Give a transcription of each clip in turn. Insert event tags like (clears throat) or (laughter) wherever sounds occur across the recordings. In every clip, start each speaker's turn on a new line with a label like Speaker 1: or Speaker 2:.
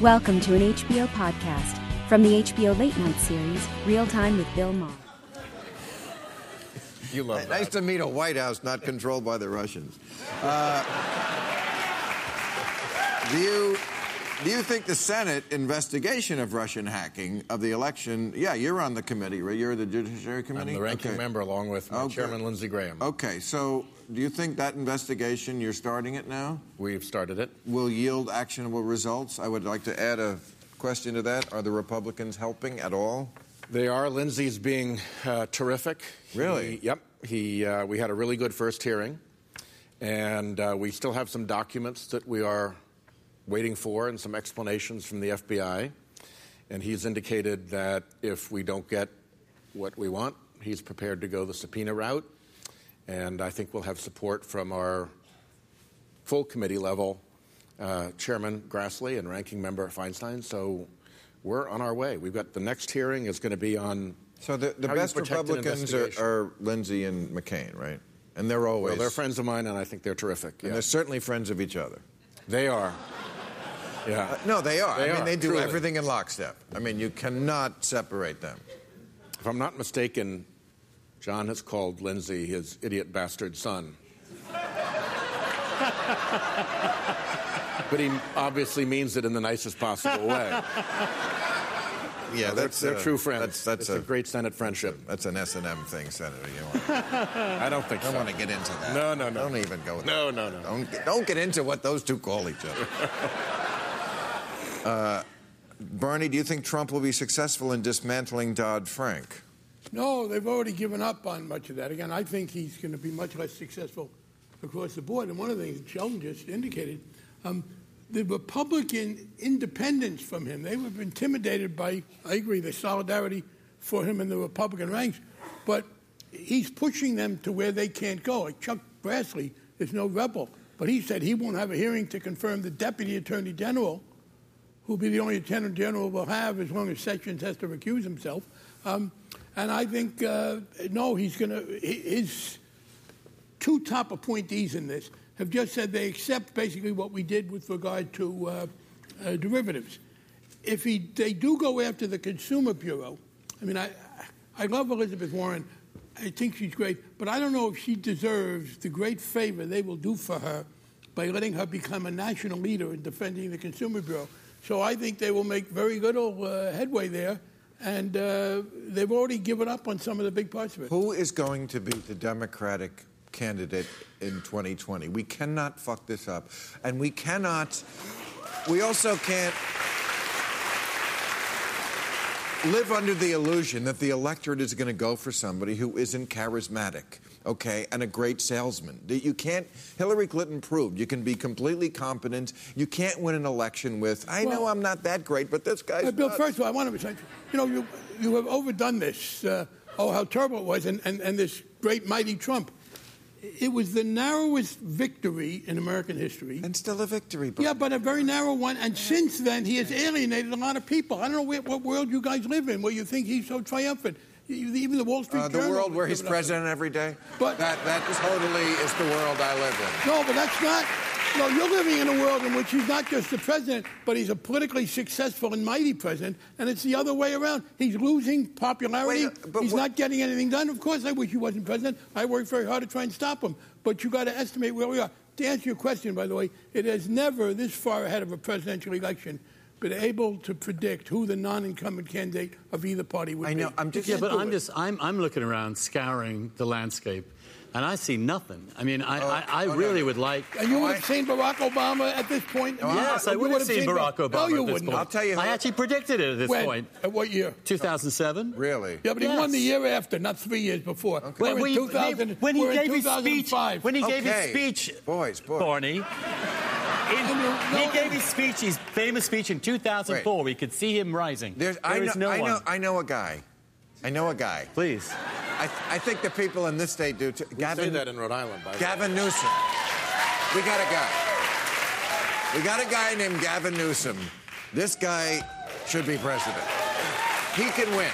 Speaker 1: Welcome to an HBO podcast from the HBO Late Night series, Real Time with Bill Maher.
Speaker 2: You love
Speaker 3: Nice
Speaker 2: that.
Speaker 3: to meet a White House not controlled by the Russians. Uh, do you do you think the Senate investigation of Russian hacking of the election? Yeah, you're on the committee, right? You're the Judiciary
Speaker 2: I'm
Speaker 3: Committee.
Speaker 2: the ranking
Speaker 3: Okay.
Speaker 2: member along with my
Speaker 3: Okay. Oh.
Speaker 2: Chairman Lindsey Graham.
Speaker 3: Okay, so do you think that investigation you're starting it now
Speaker 2: We've started it.
Speaker 3: will yield actionable results? I would like to add a question to that. Are the Republicans helping at all?
Speaker 2: They are. Lindsey's being uh, terrific.
Speaker 3: Really?
Speaker 2: He- yep. He, uh, we had a really good first hearing, and uh, we still have some documents that we are waiting for and some explanations from the FBI. And he's indicated that if we don't get what we want, he's prepared to go the subpoena route. And I think we'll have support from our full committee level uh, Chairman Grassley and Ranking Member Feinstein. So we're on our way. We've got the next hearing is going to be on.
Speaker 3: So the, the
Speaker 2: how you
Speaker 3: best
Speaker 2: protect an
Speaker 3: Republicans are,
Speaker 2: investigation.
Speaker 3: are Lindsey and McCain, right? And they're always
Speaker 2: Well, they're friends of mine, and I think they're terrific.
Speaker 3: and
Speaker 2: yeah.
Speaker 3: they're certainly friends of each other.
Speaker 2: They are. Yeah.
Speaker 3: No, they are.
Speaker 2: They
Speaker 3: I mean,
Speaker 2: are,
Speaker 3: they do
Speaker 2: truly.
Speaker 3: everything in lockstep. I mean, you cannot separate them.
Speaker 2: If I'm not mistaken, John has called Lindsay his idiot bastard son. but he obviously means it in the nicest possible way.
Speaker 3: Yeah,
Speaker 2: They're,
Speaker 3: (laughs) that's
Speaker 2: they're
Speaker 3: uh,
Speaker 2: true friends.
Speaker 3: That's that's
Speaker 2: it's a, great Senate friendship.
Speaker 3: that's an S and M thing, Senator. You want,
Speaker 2: I don't think
Speaker 3: don't
Speaker 2: so.
Speaker 3: want to get into that.
Speaker 2: No, no, no.
Speaker 3: Don't even go. There.
Speaker 2: No, no, no.
Speaker 3: Don't get- don't get into what those two call each (laughs) other. uh, Bernie, do you think Trump will be successful in dismantling Dodd Frank?
Speaker 4: No, they've already given up on much of that. Again, I think he's going to be much less successful across the board. And one of the things Sheldon just indicated, um, the Republican independence from him, they were intimidated by, I agree, the solidarity for him in the Republican ranks, but he's pushing them to where they can't go. Like Chuck Grassley is no rebel, but he said he won't have a hearing to confirm the deputy attorney general who'll be the only attorney general we'll have as long as Sessions has to recuse himself. Um, and I think, uh, no, he's going to, his two top appointees in this have just said they accept basically what we did with regard to uh, uh, derivatives. If he, they do go after the Consumer Bureau, I mean, I, I love Elizabeth Warren. I think she's great, but I don't know if she deserves the great favor they will do for her by letting her become a national leader in defending the Consumer Bureau. So I think they will make very little uh, headway there, and uh, they've already given up on some of the big parts of it.
Speaker 3: Who is going to be the Democratic candidate in 2020? We cannot fuck this up. And we cannot, we also can't live under the illusion that the electorate is going to go for somebody who isn't charismatic. Okay, and a great salesman. That You can't. Hillary Clinton proved you can be completely competent. You can't win an election with. I know
Speaker 4: Well-
Speaker 3: I'm not that great, but this guy's.
Speaker 4: Uh, Bill,
Speaker 3: nuts."
Speaker 4: first of all, I want to say, you know, you, you have overdone this. Uh, oh, how terrible it was, and, and, and this great, mighty Trump. It was the narrowest victory in American history.
Speaker 3: and still a victory.
Speaker 4: Yeah, but a very narrow one. And since then, he has alienated a lot of people. I don't know where, what world you guys live in where you think he's so triumphant. You- Even the Wall Street
Speaker 3: Uh, the
Speaker 4: Journal
Speaker 3: world where
Speaker 4: was
Speaker 3: he's
Speaker 4: giving up on it.
Speaker 3: president every day?
Speaker 4: But-
Speaker 3: that, that is totally is the world I live
Speaker 4: No, but that's not. No, you're living in a world in which he's not just the president, but he's a politically successful and mighty president, and it's the other way around. He's losing popularity.
Speaker 3: Wait, but
Speaker 4: he's
Speaker 3: what-
Speaker 4: not getting anything done. Of course, I wish he wasn't president. I worked very hard to try and stop him, but you got to estimate where we are. To answer your question, by the way, it has never this far ahead of a presidential election been able to predict who the non-incumbent candidate of either party would
Speaker 3: in. I
Speaker 4: be.
Speaker 3: know. I'm just.
Speaker 5: Yeah, but
Speaker 4: do
Speaker 5: I'm
Speaker 4: it.
Speaker 5: just I'm, I'm looking around, scouring the landscape, and I see nothing. I mean, I, I, I
Speaker 3: oh, no,
Speaker 5: really
Speaker 3: no.
Speaker 5: would like.
Speaker 4: And you would have seen Barack Obama at this point.
Speaker 5: Yes, I
Speaker 4: You
Speaker 5: would have seen Barack Obama
Speaker 4: No, you
Speaker 5: at this
Speaker 4: wouldn't.
Speaker 5: point.
Speaker 3: I'll tell you
Speaker 5: I
Speaker 3: who-
Speaker 5: actually predicted it at this
Speaker 4: When?
Speaker 5: point.
Speaker 4: At what year?
Speaker 5: 2007.
Speaker 3: Really?
Speaker 4: Yeah, but he won the
Speaker 5: Yes.
Speaker 4: year after, not three years before.
Speaker 5: When,
Speaker 4: We're in
Speaker 5: we-
Speaker 4: 2000
Speaker 5: when he
Speaker 4: we're in
Speaker 5: gave his speech,
Speaker 4: 2005.
Speaker 5: when he gave
Speaker 3: Okay.
Speaker 5: his speech,
Speaker 3: Boys, boys.
Speaker 5: Barney. in-
Speaker 4: no,
Speaker 5: he
Speaker 4: no,
Speaker 5: gave his speech, his famous speech in 2004. We could see him rising.
Speaker 3: There's, I
Speaker 5: There
Speaker 3: know,
Speaker 5: is no
Speaker 3: I
Speaker 5: one.
Speaker 3: know. I know a guy. I know a guy.
Speaker 5: Please.
Speaker 3: I, th- I think the people in this state do too.
Speaker 2: I say
Speaker 3: Gavin,
Speaker 2: that in Rhode Island, by the way.
Speaker 3: Gavin Newsom. We got a guy. We got a guy named Gavin Newsom. This guy should be president. He can win.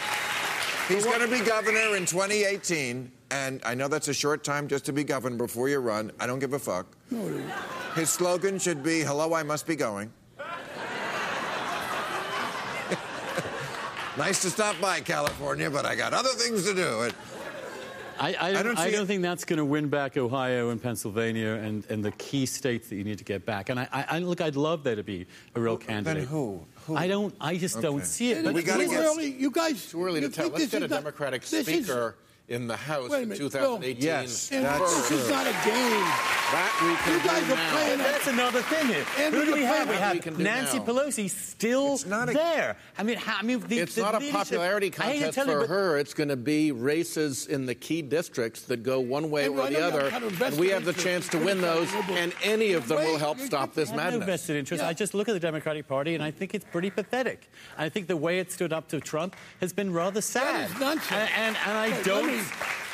Speaker 3: He's going to be governor in 2018, and I know that's a short time just to be governor before you run. I don't give a fuck. His slogan should be, "Hello, I must be going." (laughs) Nice to stop by, California, but I got other things to do. And
Speaker 5: I, I, don't,
Speaker 3: don't
Speaker 5: I
Speaker 3: see
Speaker 5: don't
Speaker 3: it-
Speaker 5: think that's going to win back Ohio and Pennsylvania and, and the key states that you need to get back. And I, I, I look, I'd love there to be a real candidate.
Speaker 3: who? Who?
Speaker 5: I don't. I just
Speaker 3: Okay.
Speaker 5: don't see it.
Speaker 4: And
Speaker 5: But
Speaker 3: We
Speaker 4: it's
Speaker 3: gotta
Speaker 4: too
Speaker 3: get-
Speaker 4: early. You guys,
Speaker 2: Too early to
Speaker 4: you
Speaker 2: tell.
Speaker 4: think
Speaker 2: Let's
Speaker 4: this
Speaker 2: get a
Speaker 4: is not-
Speaker 2: Democratic
Speaker 4: this is-
Speaker 2: speaker in the House
Speaker 4: Wait a
Speaker 2: in
Speaker 4: minute,
Speaker 2: 2018.
Speaker 4: Bill.
Speaker 3: Yes,
Speaker 4: and
Speaker 3: That's
Speaker 4: this is
Speaker 3: true.
Speaker 4: not a game.
Speaker 2: That uh, we
Speaker 4: You
Speaker 2: can
Speaker 4: guys
Speaker 2: do
Speaker 4: are
Speaker 2: now.
Speaker 4: playing
Speaker 5: that's another thing here.
Speaker 4: And
Speaker 5: Who
Speaker 4: we
Speaker 5: do we
Speaker 4: can
Speaker 5: have?
Speaker 4: play
Speaker 5: We
Speaker 4: that.
Speaker 2: We can
Speaker 5: have
Speaker 2: do
Speaker 5: Nancy
Speaker 2: now.
Speaker 5: Pelosi still
Speaker 3: It's not a-
Speaker 5: there. I mean, how, I mean, the,
Speaker 2: It's
Speaker 5: the
Speaker 2: not a
Speaker 5: leadership-
Speaker 2: popularity
Speaker 5: I hate to
Speaker 2: contest
Speaker 5: tell you,
Speaker 2: for
Speaker 5: but
Speaker 2: her. It's going to be races in the key districts that go one way
Speaker 4: And
Speaker 2: or
Speaker 4: I
Speaker 2: the
Speaker 4: know
Speaker 2: other.
Speaker 4: you're kind of
Speaker 2: And we have the
Speaker 4: investigation.
Speaker 2: chance to
Speaker 4: You're
Speaker 2: win
Speaker 4: kind
Speaker 2: those,
Speaker 4: of liberal.
Speaker 2: and any of them
Speaker 4: Wait,
Speaker 2: will help
Speaker 4: you're-
Speaker 2: stop this
Speaker 5: I have no
Speaker 2: madness.
Speaker 5: vested interest.
Speaker 4: Yeah.
Speaker 5: I just look at the Democratic Party and I think it's pretty pathetic. I think the way it stood up to Trump has been rather sad.
Speaker 4: That is nonsense.
Speaker 5: And, and, and I
Speaker 4: Hey, let
Speaker 5: don't.
Speaker 4: me-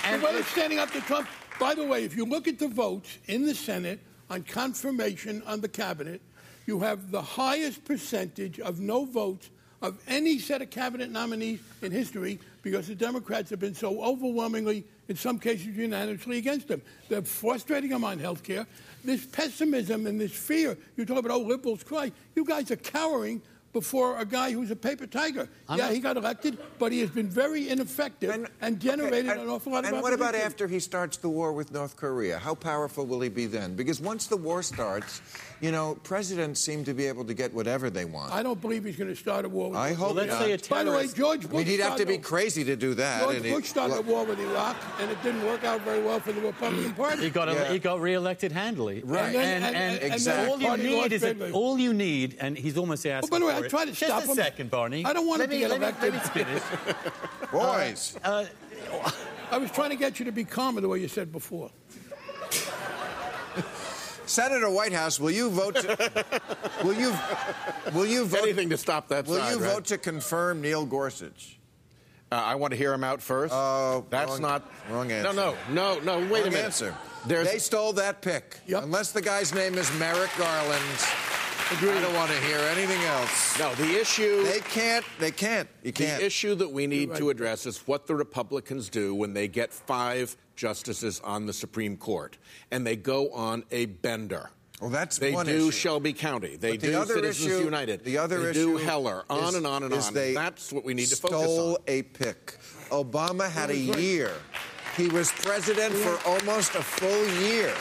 Speaker 5: and-
Speaker 4: the way it's standing up to Trump. By the way, if you look at the votes in the Senate on confirmation on the cabinet, you have the highest percentage of no votes of any set of cabinet nominees in history because the Democrats have been so overwhelmingly, in some cases unanimously, against them. They're frustrating them on health care. This pessimism and this fear, you talk about, oh, liberals cry. You guys are cowering before a guy who's a paper tiger.
Speaker 5: I'm
Speaker 4: yeah,
Speaker 5: not-
Speaker 4: he got elected, but he has been very ineffective and, generated
Speaker 3: okay, and-
Speaker 4: an awful lot of
Speaker 3: And what about
Speaker 4: opposition.
Speaker 3: after he starts the war with North Korea? How powerful will he be then? Because once the war starts, you know, presidents seem to be able to get whatever they want.
Speaker 4: I don't believe he's going to start a war with
Speaker 3: I hope
Speaker 5: Well, let's
Speaker 3: not.
Speaker 5: say a
Speaker 4: By the way,
Speaker 5: terrorist.
Speaker 4: George
Speaker 3: I
Speaker 4: Bush.
Speaker 3: mean, he'd have to
Speaker 4: started-
Speaker 3: be crazy to do that.
Speaker 4: George
Speaker 3: and he-
Speaker 4: Bush started a war with Iraq, and it didn't work out very well for
Speaker 3: (clears throat)
Speaker 4: the Republican Party.
Speaker 5: He got,
Speaker 3: Yeah.
Speaker 5: he got re-elected handily.
Speaker 3: Right.
Speaker 5: And, and,
Speaker 4: And- and-
Speaker 5: and
Speaker 3: Exactly.
Speaker 5: all you
Speaker 4: Barney
Speaker 5: need
Speaker 4: lost
Speaker 5: is a,
Speaker 4: big league.
Speaker 5: all you need, and he's almost
Speaker 4: Oh,
Speaker 5: asking
Speaker 4: by the way,
Speaker 5: for
Speaker 4: I
Speaker 5: it.
Speaker 4: tried to stop
Speaker 5: Just
Speaker 4: him.
Speaker 5: a second, Barney.
Speaker 4: I don't want
Speaker 5: Let
Speaker 4: to
Speaker 5: me-
Speaker 4: be
Speaker 5: let me-
Speaker 4: elected.
Speaker 5: Let me finish.
Speaker 3: Boys,
Speaker 2: Uh,
Speaker 4: I was trying to get you to be calmer the way you said before.
Speaker 3: Senator Whitehouse, will you vote? To,
Speaker 2: (laughs)
Speaker 3: will you? Will you vote?
Speaker 2: Anything to stop that
Speaker 3: Will
Speaker 2: side,
Speaker 3: you
Speaker 2: right?
Speaker 3: vote to confirm Neil Gorsuch?
Speaker 2: Uh, I want to hear him out first.
Speaker 3: Oh,
Speaker 2: That's
Speaker 3: wrong-
Speaker 2: not
Speaker 3: wrong
Speaker 2: No, no, no, no. Wait a
Speaker 3: Wrong
Speaker 2: minute.
Speaker 3: answer.
Speaker 2: There's
Speaker 3: They stole that pick.
Speaker 4: Yep.
Speaker 3: Unless the guy's name is Merrick Garland, I don't want to hear anything else.
Speaker 2: no. The issue.
Speaker 3: They can't. They can't. You can't.
Speaker 2: The issue that we need
Speaker 4: You're
Speaker 2: to
Speaker 4: right.
Speaker 2: address is what the Republicans do when they get five justices on the Supreme Court and they go on a bender.
Speaker 3: Well, that's
Speaker 2: they
Speaker 3: one
Speaker 2: do
Speaker 3: issue.
Speaker 2: Shelby County. They
Speaker 3: But the
Speaker 2: do
Speaker 3: other
Speaker 2: Citizens
Speaker 3: issue-
Speaker 2: United.
Speaker 3: The other
Speaker 2: they
Speaker 3: issue
Speaker 2: do Heller. On
Speaker 3: is-
Speaker 2: and on and
Speaker 3: is
Speaker 2: on.
Speaker 3: they
Speaker 2: That's what we need to
Speaker 3: stole
Speaker 2: focus on.
Speaker 3: a pick. Obama had a year. He was president for almost a full year.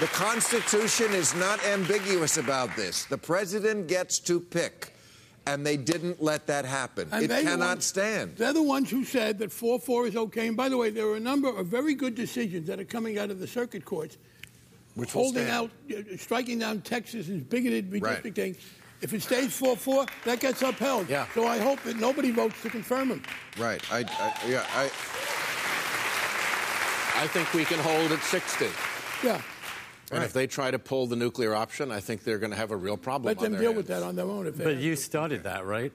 Speaker 3: The Constitution is not ambiguous about this. The president gets to pick, and they didn't let that happen.
Speaker 4: And
Speaker 3: it
Speaker 4: they're the
Speaker 3: cannot
Speaker 4: ones-
Speaker 3: stand.
Speaker 4: They're the ones who said that 4 4 is okay. And by the way, there are a number of very good decisions that are coming out of the circuit courts
Speaker 3: Which will
Speaker 4: holding
Speaker 3: stand.
Speaker 4: out, uh, striking down Texas' bigoted
Speaker 3: Right.
Speaker 4: redistricting. If it stays 4 4, that gets upheld.
Speaker 2: Yeah.
Speaker 4: So I hope that nobody votes to confirm him.
Speaker 3: Right. I, I, yeah, I,
Speaker 2: I think we can hold at 60.
Speaker 4: Yeah.
Speaker 2: And
Speaker 3: Right.
Speaker 2: if they try to pull the nuclear option, I think they're going to have a real problem.
Speaker 4: Let
Speaker 2: on
Speaker 4: them
Speaker 2: their
Speaker 4: deal with
Speaker 2: hands.
Speaker 4: that on their own. If they
Speaker 5: (laughs) But you started that, right?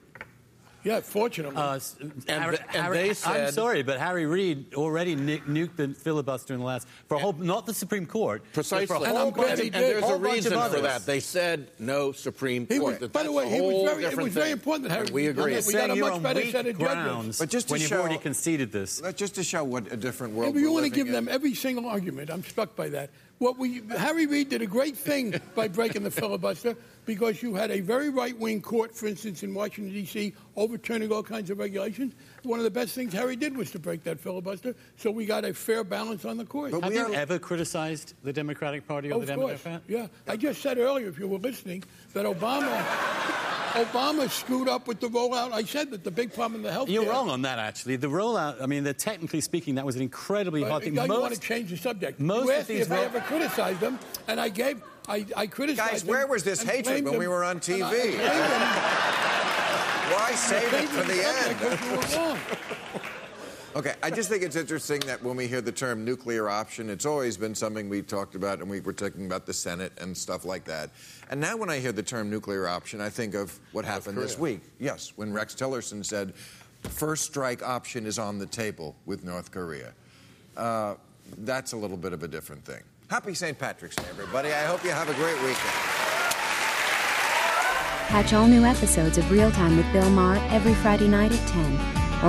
Speaker 4: yeah, fortunately.
Speaker 5: Uh, s-
Speaker 2: And
Speaker 5: Harry,
Speaker 2: th- and
Speaker 5: Harry-
Speaker 2: they
Speaker 5: I'm
Speaker 2: said-
Speaker 5: sorry, but Harry Reid already nu- nuked the filibuster in the last for a whole, not the Supreme Court, but for a
Speaker 2: Precisely.
Speaker 5: whole
Speaker 4: And I'm glad
Speaker 5: bunch
Speaker 4: he
Speaker 5: of-
Speaker 2: and there's
Speaker 5: whole
Speaker 2: a
Speaker 5: bunch of
Speaker 2: reason for
Speaker 5: others.
Speaker 2: that. They said no Supreme
Speaker 4: He was-
Speaker 2: Court. That-
Speaker 4: by the
Speaker 2: that's
Speaker 4: way,
Speaker 2: a
Speaker 4: he was
Speaker 2: whole
Speaker 4: very- it
Speaker 2: different
Speaker 4: was very
Speaker 2: thing.
Speaker 4: important that Harry-
Speaker 2: And we
Speaker 4: I'm
Speaker 2: agree.
Speaker 4: just We got
Speaker 5: saying
Speaker 4: a
Speaker 5: you're
Speaker 4: much
Speaker 5: on
Speaker 4: better
Speaker 5: weak
Speaker 4: set of judgments.
Speaker 5: grounds
Speaker 3: But just to
Speaker 5: when you've
Speaker 3: show-
Speaker 5: already conceded this.
Speaker 3: let- just to show what a different world.
Speaker 4: If you
Speaker 3: we're
Speaker 4: want to
Speaker 3: living
Speaker 4: give
Speaker 3: in.
Speaker 4: them every single argument, I'm struck by that. What we Harry Reid did a great thing
Speaker 3: (laughs)
Speaker 4: by breaking the filibuster because you had a very right-wing court, for instance, in Washington D.C., overturning all kinds of regulations. One of the best things Harry did was to break that filibuster, so we got a fair balance on the court.
Speaker 3: But
Speaker 5: Have
Speaker 3: we
Speaker 5: you
Speaker 3: are-
Speaker 5: ever criticized the Democratic Party or
Speaker 4: of
Speaker 5: the
Speaker 4: course,
Speaker 5: Democrat?
Speaker 4: yeah. I just said earlier, if you were listening, that Obama, (laughs) Obama screwed up with the rollout. I said that the big problem in the health.
Speaker 5: You're wrong on that, actually. The rollout, I mean, the, technically speaking, that was an incredibly hard thing.
Speaker 4: Now you want
Speaker 5: Most-
Speaker 4: to change the subject.
Speaker 5: most
Speaker 4: you
Speaker 5: of
Speaker 4: asked me
Speaker 5: these
Speaker 4: if I
Speaker 5: ro-
Speaker 4: ever criticized them, and I gave, I, I criticized
Speaker 3: Guys,
Speaker 4: them
Speaker 3: where was this
Speaker 4: and
Speaker 3: hatred
Speaker 4: blamed
Speaker 3: when
Speaker 4: them,
Speaker 3: we were on
Speaker 4: and
Speaker 3: TV?
Speaker 4: I- I blamed them-
Speaker 3: Why
Speaker 2: (laughs)
Speaker 4: I
Speaker 3: save it
Speaker 4: blamed
Speaker 3: for
Speaker 4: them
Speaker 3: the
Speaker 4: subject
Speaker 3: end?
Speaker 4: because we were wrong.
Speaker 3: Okay, I just think it's interesting that when we hear the term nuclear option, it's always been something we talked about, and we were talking about the Senate and stuff like that. And now, when I hear the term nuclear option, I think of what happened this
Speaker 2: Korea.
Speaker 3: week. Yes, when Rex Tillerson said, first strike option is on the table with North Korea. Uh, that's a little bit of a different thing. Happy St. Patrick's Day, everybody. I hope you have a great weekend.
Speaker 1: Catch all new episodes of Real Time with Bill Maher every Friday night at 10,